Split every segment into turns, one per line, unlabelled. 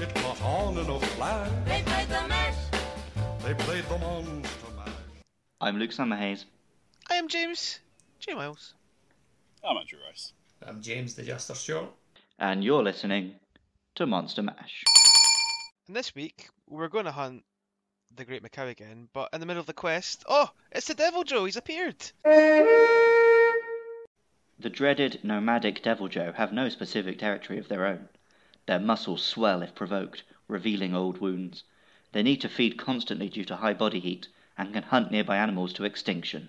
It was on in a flash.
They played the mash.
They played the monster mash.
I'm Luke Summerhays.
I am James, Jim Wells.
I'm Andrew Rice.
I'm Um, James the Jester Short.
and you're listening to Monster Mash.
And this week, we're going to hunt the Great Macau again, but in the middle of the quest, oh, it's the Devil Joe, he's appeared!
The dreaded nomadic Devil Joe have no specific territory of their own. Their muscles swell if provoked, revealing old wounds. They need to feed constantly due to high body heat and can hunt nearby animals to extinction.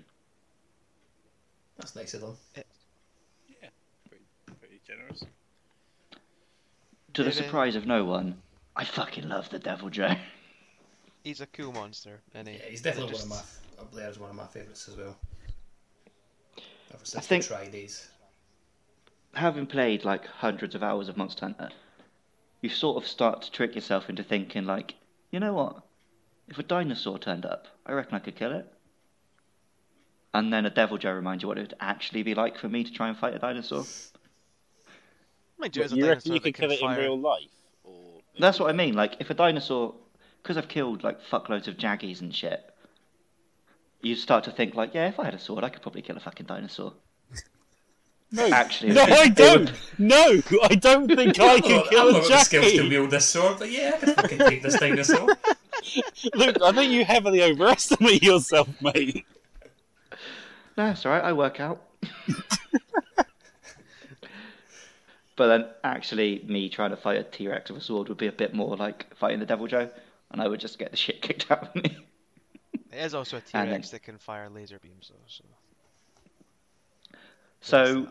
That's nice of them.
Pretty generous.
To the
Yeah, they-
surprise of no one, I fucking love the Devil Joe.
He's a cool monster, isn't he?
Yeah, he's definitely
They're
one
just-
of my. Uh, Blair's one of my favourites as well. Ever since
think-
the Fridays.
Having played like hundreds of hours of Monster Hunter, you sort of start to trick yourself into thinking, like, you know what? If a dinosaur turned up, I reckon I could kill it. And then a Devil Joe reminds you what it would actually be like for me to try and fight a dinosaur.
Mind you, it's a
you reckon
dinosaur
you
that
could kill it in
fire.
real life? Or
That's what I mean. Like, if a dinosaur, because I've killed like fuckloads of jaggies and shit, you start to think like, yeah, if I had a sword, I could probably kill a fucking dinosaur.
No,
Actually,
no,
it would be-
I
it
don't. No, I don't think I
I'm
Oh,
can
not-
kill
I'm not
a
got the skills to
jackie.
wield this sword, but yeah, I can fucking take this dinosaur.
Luke, I think you heavily overestimate yourself, mate.
No, it's alright, I work out. but then actually me trying to fight a T Rex with a sword would be a bit more like fighting the Devil Joe, and I would just get the shit kicked out of me.
It is also a T
then-
Rex that can fire laser beams, though, so.
So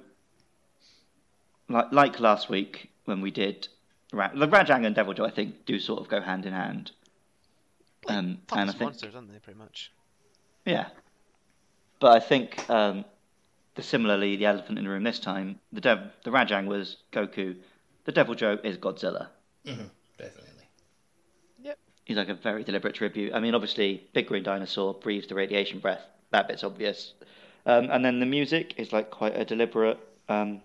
like like last week when we did Ra- the Rajang and Devil Joe I think do sort of go hand in hand. Um, and I
Toughest
think
monsters, aren't they, pretty much?
Yeah. But I think um, the, similarly, the elephant in the room this time, the dev, the Rajang was Goku, the Devil Joe is Godzilla.
Definitely.
He's like a very deliberate tribute. I mean, obviously, Big Green Dinosaur breathes the radiation breath. That bit's obvious. Um, and then the music is like quite a deliberate, um,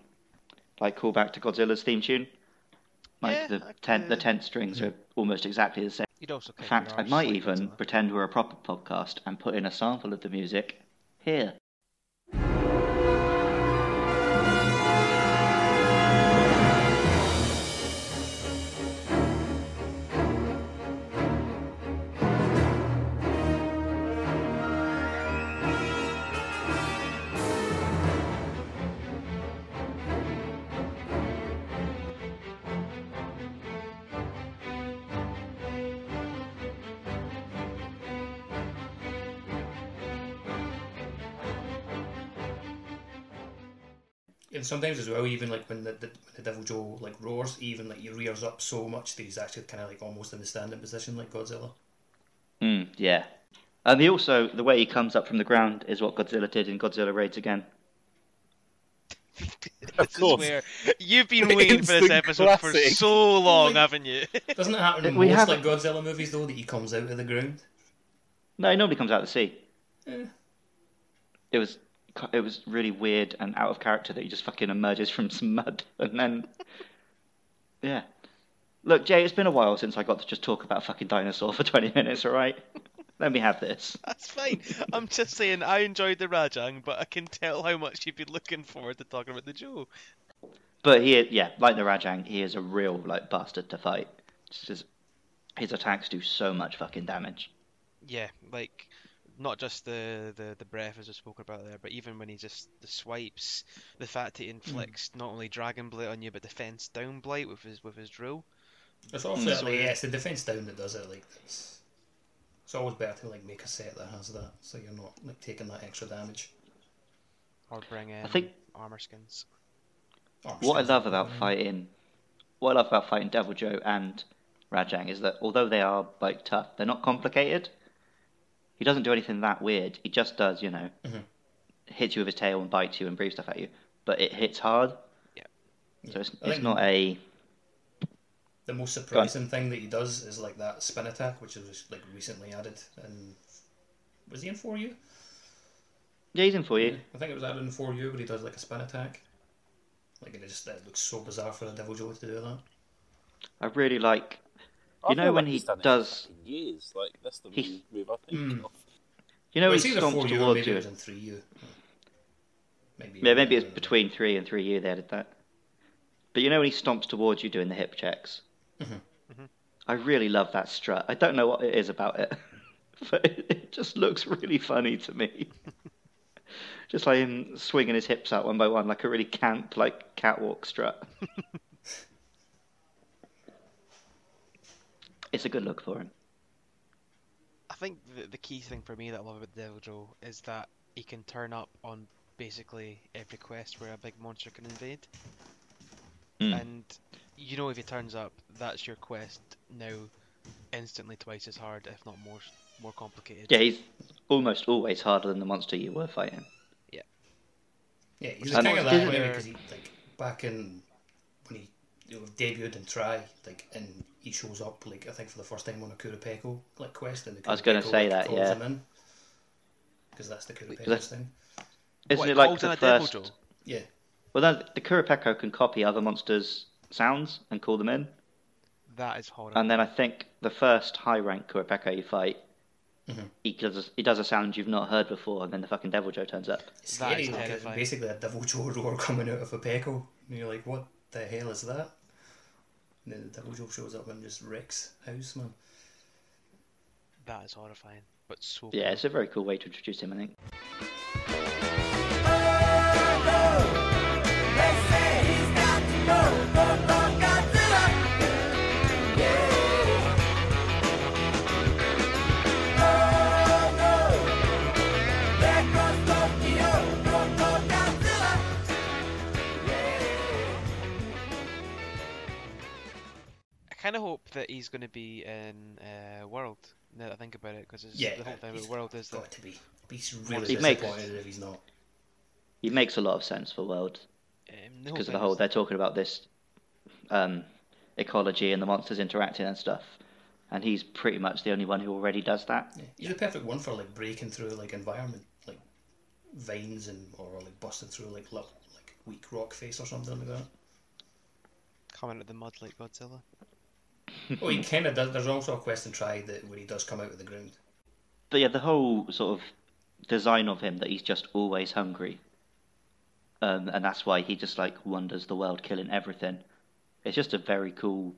like callback to Godzilla's theme tune. Like
Yeah,
the
I
ten, the
could-
ten strings are almost exactly the same.
You'd also kick
In fact,
your
I
arse
might
like
even
Godzilla.
pretend we're a proper podcast and put in a sample of the music here.
And sometimes as well, even like when the, the, when the Devil Joe like roars, even like he rears up so much that he's actually kind of like almost in the standing position like Godzilla.
Mm, yeah. And he also, the way he comes up from the ground is what Godzilla did in Godzilla Raids Again.
Of
This
course.
is where you've been waiting for this
Instant
episode for
classic.
so long, haven't you?
Doesn't it happen in
We
most
have-
like Godzilla movies though that he comes out of the ground?
No, he normally comes out of the sea.
Eh.
It was it was really weird and out of character that he just fucking emerges from some mud and then, yeah. Look, Jay, it's been a while since I got to just talk about a fucking dinosaur for twenty minutes. All right, let me have this.
That's fine. I'm just saying I enjoyed the Rajang, but I can tell how much you've been looking forward to talking about the Joe.
But he, yeah, like the Rajang, he is a real like bastard to fight. It's just- his attacks do so much fucking damage.
Yeah, like not just the, the, the breath as I spoke about there, but even when he just the swipes, the fact
Hmm.
he inflicts not only dragon blight on you but defense down blight with his with his drill.
It's
Mm,
also
so-
like, yeah, it's the defense down that does it. Like it's, it's always better to like make a set that has that, so you're not like taking that extra damage.
Or bring in
think-
armor skins.
Or
What I
stuff.
love about fighting, what I love about fighting Devil Joe and Rajang is that although they are like tough, they're not complicated. He doesn't do anything that weird. He just does, you know,
Mhm.
hits you with his tail and bites you and breathes stuff at you, but it hits hard.
Yeah.
So it's,
I
it's
think-
not a
The most surprising thing that he does is like that spin attack, which was like recently added. And was he in four U?
yeah, he's in for you.
I think it was added in four U, but he does like a spin attack. Like it just it looks so bizarre for a Devil Joe to do that.
I really like You know
feel
when
like
he
he's done it for
does- Hmm.
fucking years. Like that's the
He's-
move I think.
Mm.
of.
You know,
well,
he
it's either
stomps
four U or
towards
maybe it
you.
was in three U. Maybe.
Yeah, maybe it's between three and three year they did that. But you know when he stomps towards you doing the hip checks? Mm-hmm.
Mhm.
Mhm.
I really love that strut. I don't know what it is about it, but it, it just looks really funny to me. just like him swinging his hips out one by one, like a really camp, like catwalk strut. it's a good look for him.
I think the, the key thing for me that I love about Devil Joe is that he can turn up on basically every quest where a big monster can invade.
Mm.
And you know if he turns up, that's your quest now instantly twice as hard, if not more more complicated.
Yeah, he's almost always harder than the monster you were fighting.
Yeah, he's
And
the king of
didn't-
that way because he like back in when he you know, debuted in Try, like and he shows up like I think for the first time on a Kurapeko like quest and the
I was gonna
Kurapeko,
say
like,
that,
calls
yeah.
him in. Because that's the Kurapeko
that's-
thing.
Isn't
What,
it like
calls in
the
a Devil
first?
Joe?
Yeah.
Well, then the Kurapeko can copy other monsters' sounds and call them in,
That is horrible.
and then I think the first high rank Kurapeko you fight,
Mhm.
he does a, he does a sound you've not heard before, and then the fucking Devil Joe turns up.
It's
That
scary
is
like, it's
terrifying.
basically a devil jaw roar coming out of a Peko. And you're like, what the hell is that? And then the devil jaw shows up and just wrecks house man.
That is horrifying. But so cool.
Yeah, it's a very cool way to introduce him, I think.
I kind of hope that he's going to be in uh, World. Now that I think about it, because
Yeah,
the whole thing
he's
about World is that
Got to be. He's really
He makes-
disappointed if he's not.
He makes a lot of sense for World
um, the whole
because of
thing
the whole
is-
they're talking about this um, ecology and the monsters interacting and stuff, and he's pretty much the only one who already does that.
Yeah. He's the perfect one for like breaking through like environment, like vines and or like busting through like little, like weak rock face or something like that.
coming out of the mud like Godzilla. Mm-hmm.
oh, he kind of does. There's also a quest in try that where he does come out of the ground.
But yeah, the whole sort of design of him that he's just always hungry, um, and that's why he just like wanders the world killing everything. It's just a very cool,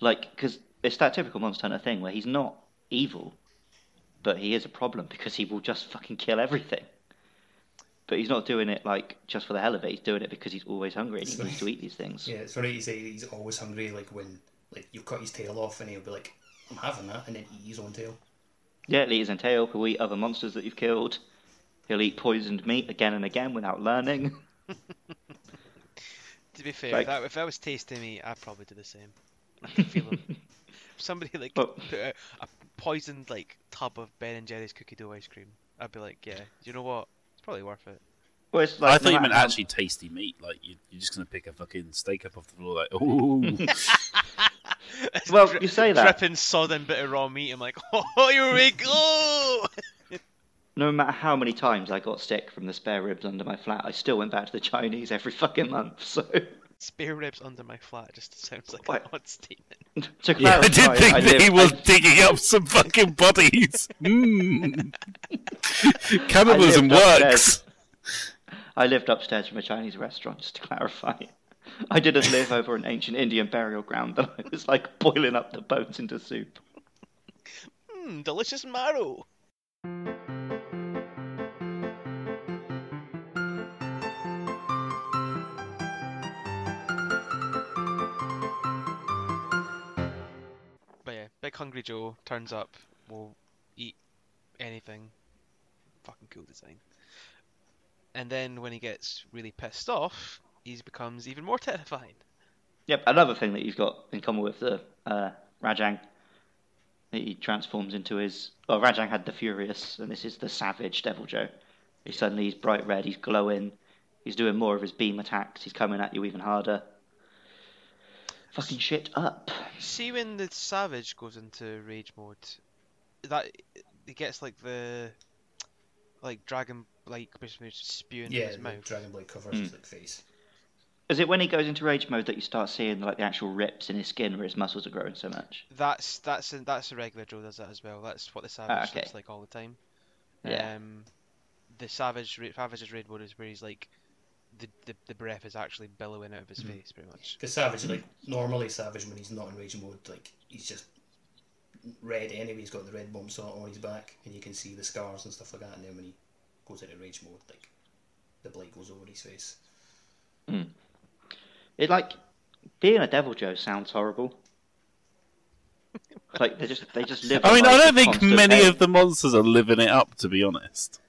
like because it's that typical Monster Hunter thing where he's not evil, but he is a problem because he will just fucking kill everything. But he's not doing it like just for the hell of it. He's doing it because he's always hungry and he
Sorry.
needs to eat these things.
Yeah, it's funny you say he's always hungry. Like when like you cut his tail off and he'll be like, "I'm having that," and then eat his own tail.
Yeah, he'll eat his own tail. He'll eat other monsters that you've killed. He'll eat poisoned meat again and again without learning.
To be fair,
Like-
that, if that was tasty meat, I'd probably do the same. I can feel him. If Somebody like
But-
put out a poisoned like tub of Ben and Jerry's cookie dough ice cream. I'd be like, yeah, you know what? It's probably worth it.
Well, it's like
I thought
no
you meant
matter how-
actually tasty meat. Like you, you're just gonna pick a fucking steak up off the floor. Like oh,
It's
Well, you say that.
dripping sod and bit of raw meat. I'm like, oh, here we go.
No matter how many times I got sick from the spare ribs under my flat, I still went back to the Chinese every fucking month. So,
Spare ribs under my flat just sounds like
What?
an odd statement.
to
yeah. I did
clarify,
think that he
live-
was
I-
digging up some fucking bodies. Mm. Cannibalism
Hmm. I lived
works.
I lived upstairs from a Chinese restaurant, just to clarify. I didn't live over an ancient Indian burial ground that I was like boiling up the bones into soup.
Hmm, delicious marrow. But yeah, Big Hungry Joe turns up, will eat anything. Fucking cool design. And then when he gets really pissed off, he becomes even more terrifying.
Yep, another thing that he's got in common with the uh, Rajang that he transforms into his. Oh, Rajang had the Furious, and this is the Savage Devil Joe. He suddenly he's bright red, he's glowing, he's doing more of his beam attacks, he's coming at you even harder. Fucking shit up.
See when the savage goes into rage mode, that he gets like the like dragon like basically spewing from
Yeah,
his
the
mouth. Hmm.
Dragon Blade covers his like face.
Is it when he goes into rage mode that you start seeing like the actual rips in his skin where his muscles are growing so much?
That's that's a, that's a regular Joe does that as well. That's what the Savage
Ah, okay.
looks like all the time.
Yeah.
Um, the Savage Ra- Savage's raid mode is where he's like, the, the the breath is actually billowing out of his
Hmm.
face, pretty much.
Because Savage, like normally Savage, when he's not in rage mode, like he's just red anyway. He's got the red bumps on, on his back, and you can see the scars and stuff like that. And then when he goes into rage mode, like the blight goes over his face.
It like being a devil Joe sounds horrible. like they just they just live.
I
in,
mean,
like,
I don't think
constant
many
pain.
of the monsters are living it up, to be honest.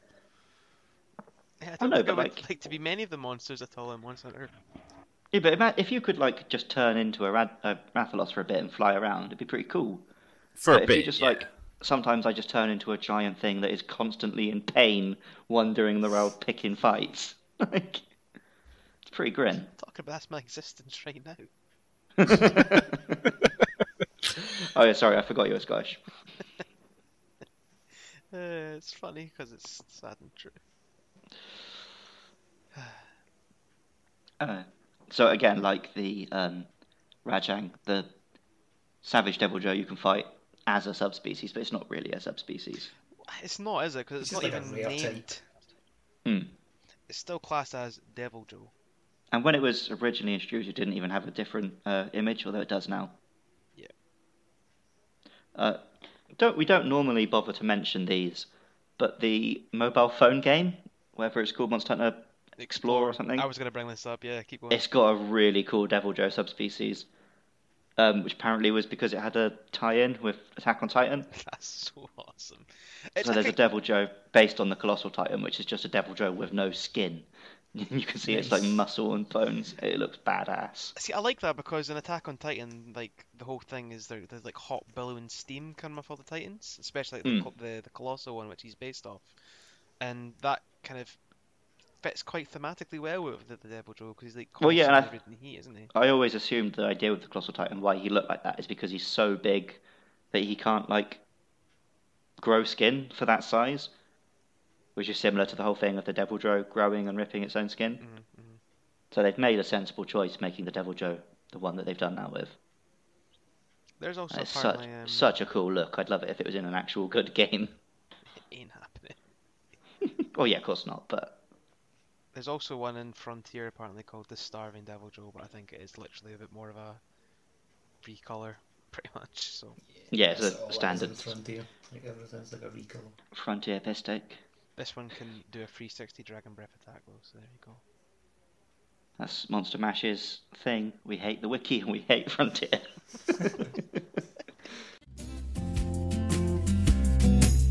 Yeah, I
I
don't
know,
think I
but,
would
like-
like... to be many of the monsters at all in Monster Hunter.
Yeah, but ima- if you could like just turn into a, rad- a Rathalos for a bit and fly around, it'd be pretty cool.
For
but
a
if
bit,
you just
yeah.
like sometimes I just turn into a giant thing that is constantly in pain, wandering the world picking fights. like it's pretty grim.
Talking about that's my existence right now.
Oh yeah, sorry, I forgot you were Scottish.
Uh, it's funny because it's sad and true.
Uh-huh.
Uh, so again, like the um, Rajang, the Savage Devil Joe, you can fight as a subspecies, but it's not really a subspecies.
It's not, is it? Because it's,
It's
not
just like a
even
rare type.
named.
Hmm.
It's still classed as Devil Joe.
And when it was originally introduced, it didn't even have a different uh, image, although it does now.
Yeah.
Uh, don't we don't normally bother to mention these, but the mobile phone game, whether it's called Monster Hunter Explorer or something,
I was gonna bring this up. Yeah, keep going.
it's got a really cool Devil Joe subspecies, um, which apparently was because it had a tie-in with Attack on Titan.
That's so awesome. It's,
So
I
there's a
think-
Devil Joe based on the Colossal Titan, which is just a Devil Joe with no skin. you can see it's like
Nice.
muscle and bones. It looks badass.
See, I like that because in Attack on Titan, like the whole thing is there, there's like hot billowing steam coming off all the Titans, especially like, the,
Hmm.
col- the the colossal one, which he's based off, and that kind of fits quite thematically well with the, the Devil Joe because he's like
Well,
constantly
yeah, and I
ridden heat, isn't he?
I always assumed the idea with the Colossal Titan why he looked like that is because he's so big that he can't like grow skin for that size, which is similar to the whole thing of the Devil Joe growing and ripping its own skin.
Mm-hmm,
So they've made a sensible choice making the Devil Joe the one that they've done that with.
There's also
And it's such
apparently um,
such a cool look. I'd love it if it was in an actual good game.
it ain't happening.
oh yeah, of course not, but
There's also one in Frontier apparently called the Starving Devil Joe, but I think it is literally a bit more of a recolor, pretty much. So
yeah, it's
That's all
a
that is in
standard
frontier. Like everything's like a recolor.
frontier mistake.
this one can do a 360 Dragon Breath attack though, so there you go.
That's Monster Mash's thing. We hate the wiki and we hate Frontier.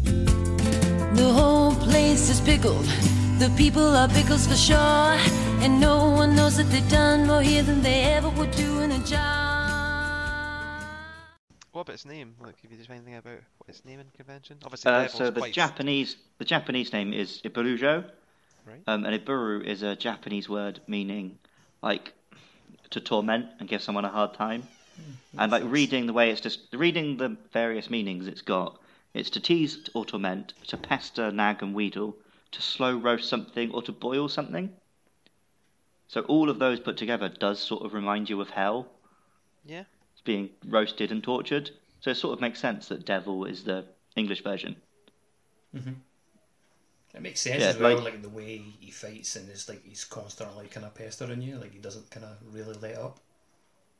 The whole place is pickled. The people are pickles for sure. And no one knows that they've done more here than they ever would do in a job.
What about its name? Like, have you just anything about what its naming convention? Obviously,
Uh,
Devil's
so the
twice.
Japanese the Japanese name is Iburujo,
Right.
um, and Iburu is a Japanese word meaning like to torment and give someone a hard time. and like reading the way it's just reading the various meanings it's got, it's to tease or torment, to pester, nag, and wheedle, to slow roast something or to boil something. So all of those put together does sort of remind you of hell.
Yeah.
It's being roasted and tortured. So it sort of makes sense that devil is the English version.
It makes sense
Yeah,
as well,
like-
like, the way he fights, and it's like he's constantly kind of pestering you. Like he doesn't kind of really let up.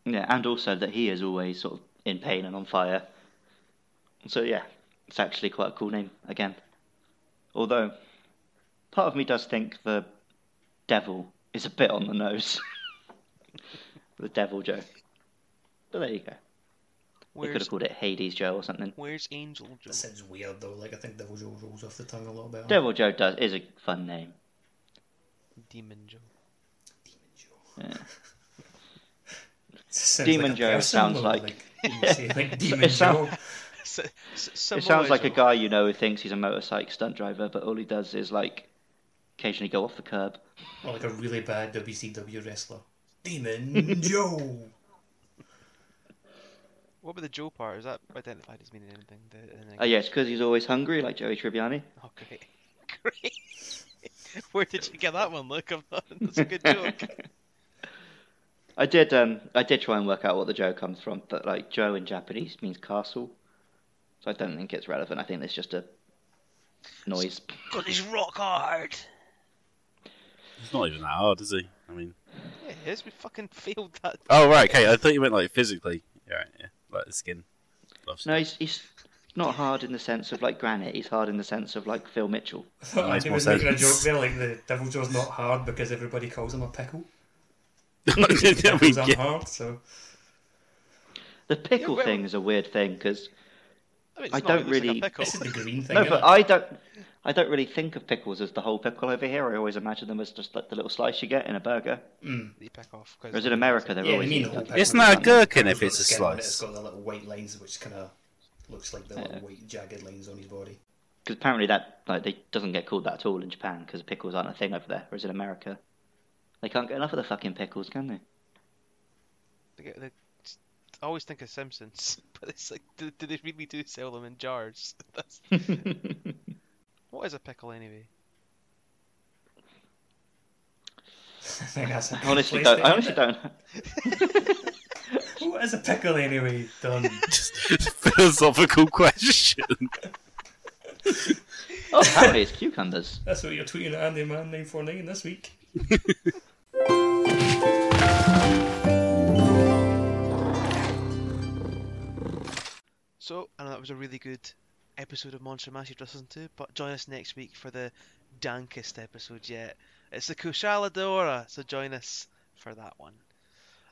Yeah, and also that he is always sort of in pain and on fire. So yeah, it's actually quite a cool name again. Although, part of me does think the devil is a bit on the nose. the devil Joe. But there you go. We could
Where's
have called it Hades Joe or something.
Where's Angel Joe?
That sounds weird though. Like I think Devil Joe rolls off the tongue a little better.
Devil Joe does is a fun name.
Demon Joe.
Demon Joe.
Yeah.
Sounds
Demon
like a
Joe
person,
sounds
though,
like-
when you say, like Demon
It sounds-
Joe.
S- s-
It
Samoa
sounds like a
Joe.
guy you know who thinks he's a motorcycle stunt driver, but all he does is like occasionally go off the curb.
Or like a really bad WCW wrestler. Demon Joe.
What about the Joe part? Is that identified as meaning anything? The, the
Oh yeah, it's because he's always hungry, like Joey Tribbiani.
Oh, great. great. Where did you get that one? Look, I'm not, that's a good joke.
I did. Um, I did try and work out what the Joe comes from, but like Joe in Japanese means castle, so I don't think it's relevant. I think it's just a noise.
Because he's rock hard.
It's not even that hard, is he? I mean.
Yeah, it is. We fucking failed that.
Oh right, okay. I thought you meant like physically. Yeah, right, yeah. Like the skin. Loves
No, he's he's not hard in the sense of like granite. He's hard in the sense of like Phil Mitchell.
makes
Andy
more
was making a
sense.
joke there, like the devil jaw's not hard because everybody calls him a pickle.
I mean,
Pickles aren't
yeah.
hard, so
The pickle
well-
thing is a weird thing because
I, mean, it's
I
not,
don't
it looks like a
really-
pickle.
this is the green thing.
no,
isn't
but
it?
I don't. I don't really think of pickles as the whole pickle over here. I always imagine them as just like the little slice you get in a burger.
They pick off.
Whereas in America, they're
yeah, you
always
mean the
eating
whole
pickles.
pickle.
Isn't that a gherkin if
Got
it's
the
a
skin on it, It's
slice?
got the little white lines, which kind of looks like the little white jagged lines on his body.
Because apparently that like they doesn't get called that at all in Japan because pickles aren't a thing over there. Whereas in America, they can't get enough of the fucking pickles, can they?
They get- they- I always think of Simpsons, but it's like, do, do they really do sell them in jars? That's... what is a pickle anyway?
I think that's a
I honestly
place
don't.
to
I
end
honestly
it.
don't.
What is a pickle anyway? Done.
Philosophical question.
Oh, apparently it's cucumbers.
that's what you're tweeting at Andy Man nine four nine this week.
So, I know that was a really good episode of Monster Mash you've listened to, but join us next week for the dankest episode yet. It's the Kushala Deora, so join us for that one.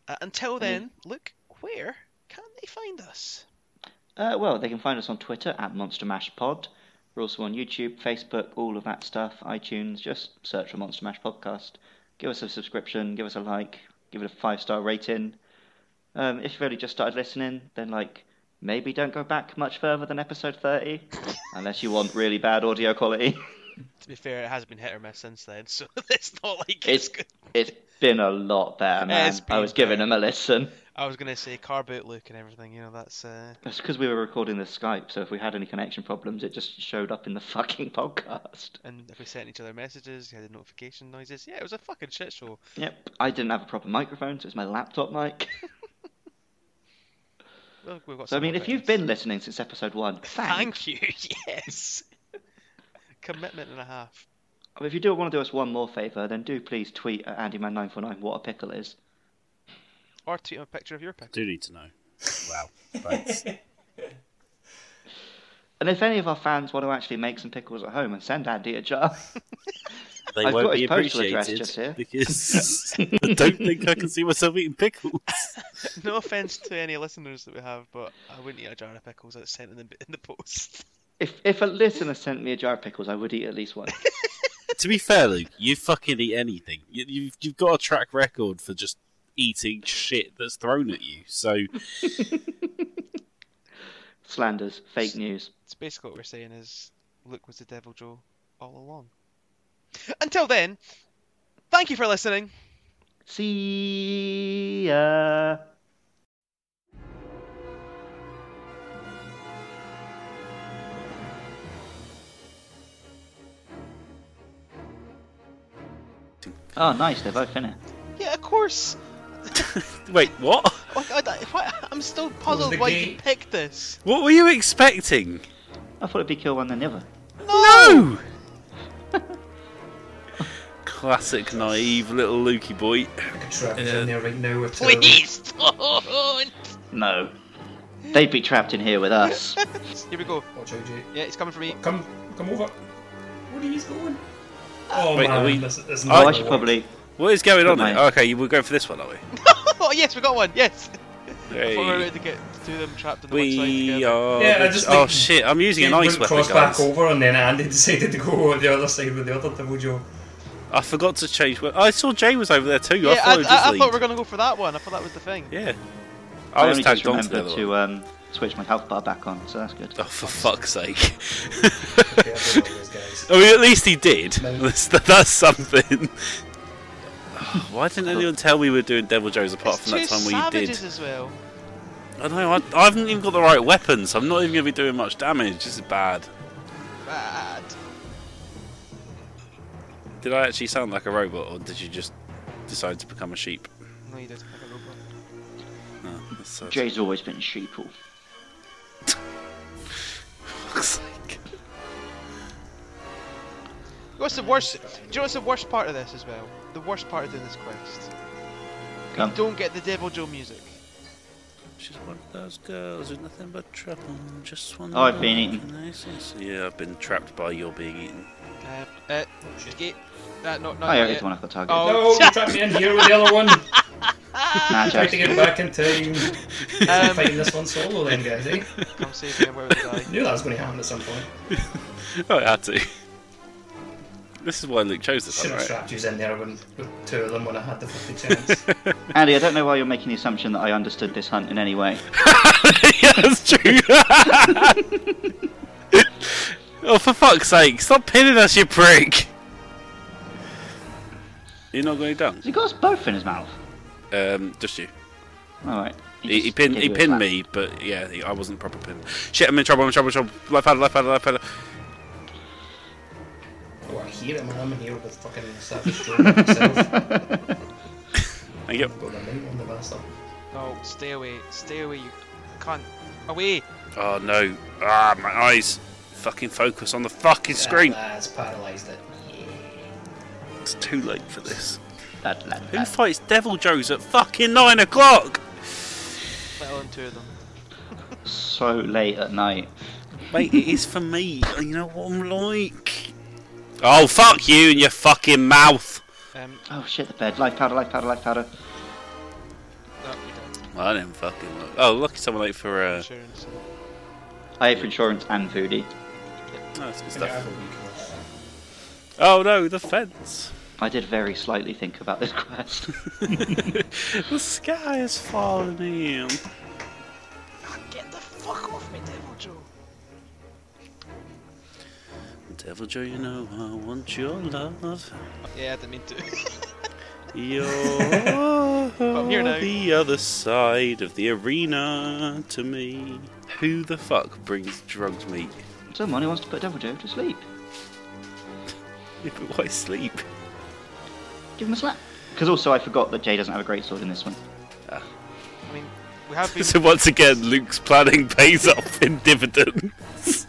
Uh, until then, look, where can they find us?
Uh, well, they can find us on Twitter at Monster Mash Pod. We're also on YouTube, Facebook, all of that stuff, iTunes. Just search for Monster Mash Podcast. Give us a subscription, give us a like, give it a five star rating. Um, if you've only just started listening, then like maybe don't go back much further than episode thirty, unless you want really bad audio quality.
To be fair, it has been hit or miss since then, so it's not like it's
It's
good.
it's been a lot better, man.
It's been
I was giving
better.
them a listen.
I was gonna say car boot look and everything, you know, that's uh
That's because we were recording the Skype, so if we had any connection problems, it just showed up in the fucking podcast.
and if we sent each other messages, you had the notification noises. Yeah, it was a fucking shit show.
Yep, I didn't have a proper microphone, so it's my laptop mic.
Well, we've got
So I
some
mean,
more
if you've
buttons.
been listening since episode one, thanks.
Thank you, yes. Commitment and a half.
But If you do want to do us one more favour, then do please tweet at AndyMan949 what a pickle is.
Or tweet him a picture of your pick.
Do need to know. Wow. Thanks.
And if any of our fans want to actually make some pickles at home and send Andy a jar,
They
I've
won't
got
be
his postal address
appreciated
just here.
because I don't think I can see myself eating pickles.
No offense to any listeners that we have, but I wouldn't eat a jar of pickles that's sent in the in the post.
if if a listener sent me a jar of pickles, I would eat at least one.
to be fair, Luke, you fucking eat anything. You, you've you've got a track record for just eating shit that's thrown at you. So
Slanders, fake news.
It's basically what we're saying is Luke was the devil Joe all along. Until then, thank you for listening.
See ya. Oh, nice, they're both in it.
Yeah, of course.
wait, what?
Like, I, don't- why- I'm still
the
puzzled why you
gate.
picked this.
What were you expecting?
I thought it'd be kill one than the other.
No. Classic naive little Lukey boy.
Trevor's in there right now with Trevor.
Please don't.
No. They'd be trapped in here with us.
Here we go.
Watch out, Jake.
Yeah, it's coming for me.
Come, come over. What are you going? Oh
Wait,
man,
are we-
this, this
Oh, I
might
should
work.
probably.
What is going on?
Good
Here?
night.
Okay, we're going for this one, are we?
Oh yes, we got one. Yes. I thought we were
Hey.
about to get two of them trapped on the one side
We
together.
are.
Yeah, I
the-
just
oh
think-
shit! I'm using an
Jake
ice
wouldn't
weapon,
cross back
guys.
over, and then Andy decided to go on the other side with the other double jaw.
I forgot to change. we- I saw Jay was over there too. I
Yeah, I,
followed his
I, I
lead.
thought we were gonna go for that one. I thought that was the thing.
Yeah.
I,
I was
only just
tagged on to the
remembered
other
to um, switch my health bar back on, so that's good.
Oh, for fuck's sake.
Yeah, I don't know those guys.
I mean, at least he did.
No.
That's, that's something. Why didn't anyone tell me we were doing Devil Joes apart
It's
from
two
that time where you
savages
did?
as well.
I know, I, I haven't even got the right weapon, so I'm not even going to be doing much damage. This is bad.
Bad.
Did I actually sound like a robot, or did you just decide to become a sheep?
No, you did. I got
says.
Jay's always been sheeple.
Fuck's sake.
What's the worst? Do you know what's the worst part of this as well? The worst part of doing this quest.
Come.
You don't get the Devil Joe music.
She's one of those girls with nothing but trouble. Just one.
Oh, I've been eaten.
Yeah, I've been trapped by your being eaten.
Uh,
Oh,
uh, get that not not
I
yet.
already Oh, one off the target.
Oh.
No, you trapped me in here with the other one.
Oh.
Nah,
Try to get
Jack.
back in time.
Um,
Fighting this one solo then, guys, eh?
Come save me, I'm about to die.
Knew that was going to happen at some point.
I had to. This is why Luke chose this
Should
one,
have
right?
trapped you in there when, with two of them when I had the fucking chance.
Andy, I don't know why you're making the assumption that I understood this hunt in any way.
yeah, that's true. oh, for fuck's sake, stop pinning us, you prick! You're not going down.
Has he got us both in his mouth?
Um, just you.
Alright.
He, he
just
pinned,
gave
he
you a
pinned
slap.
me, but yeah, he, I wasn't proper pinned. Shit, I'm in trouble, I'm in trouble, I'm in trouble. Left paddle, left paddle, left paddle.
oh, I hear it, man. I'm in here with the fucking savage drone myself. Got
Thank you.
the mount on the bastard.
No, stay away, stay away, you can't. Away!
Oh no. Ah, my eyes. Fucking focus on the fucking screen.
Ah, it's paralysed it.
It's too late for this.
That, that,
Who
that.
fights Devil Joes at fucking nine o'clock?
Fell on two of them.
So late at night.
Mate, it is for me. You know what I'm like. Oh, fuck you and your fucking mouth.
Um,
Oh shit, the bed. Life powder, life powder, life powder.
no, you
Well, I didn't fucking look. Oh, lucky someone late for,
don't.
uh.
Insurance.
I ate for insurance and foodie.
No, it's good
I think I
stuff.
have a weak one.
Oh no, the fence.
I did very slightly think about this quest.
the sky is falling in.
Get the fuck off me, Devil Joe!
Devil Joe, you know I want your love.
Yeah, I didn't mean to.
You're
here now.
the other side of the arena to me. Who the fuck brings drugged meat?
Someone who wants to put Devil Joe to sleep.
Yeah, but Why sleep?
Give him a slap. Because also, I forgot that Jay doesn't have a great sword in this one.
I mean, we have been.
So once again, Luke's planning pays off in dividends.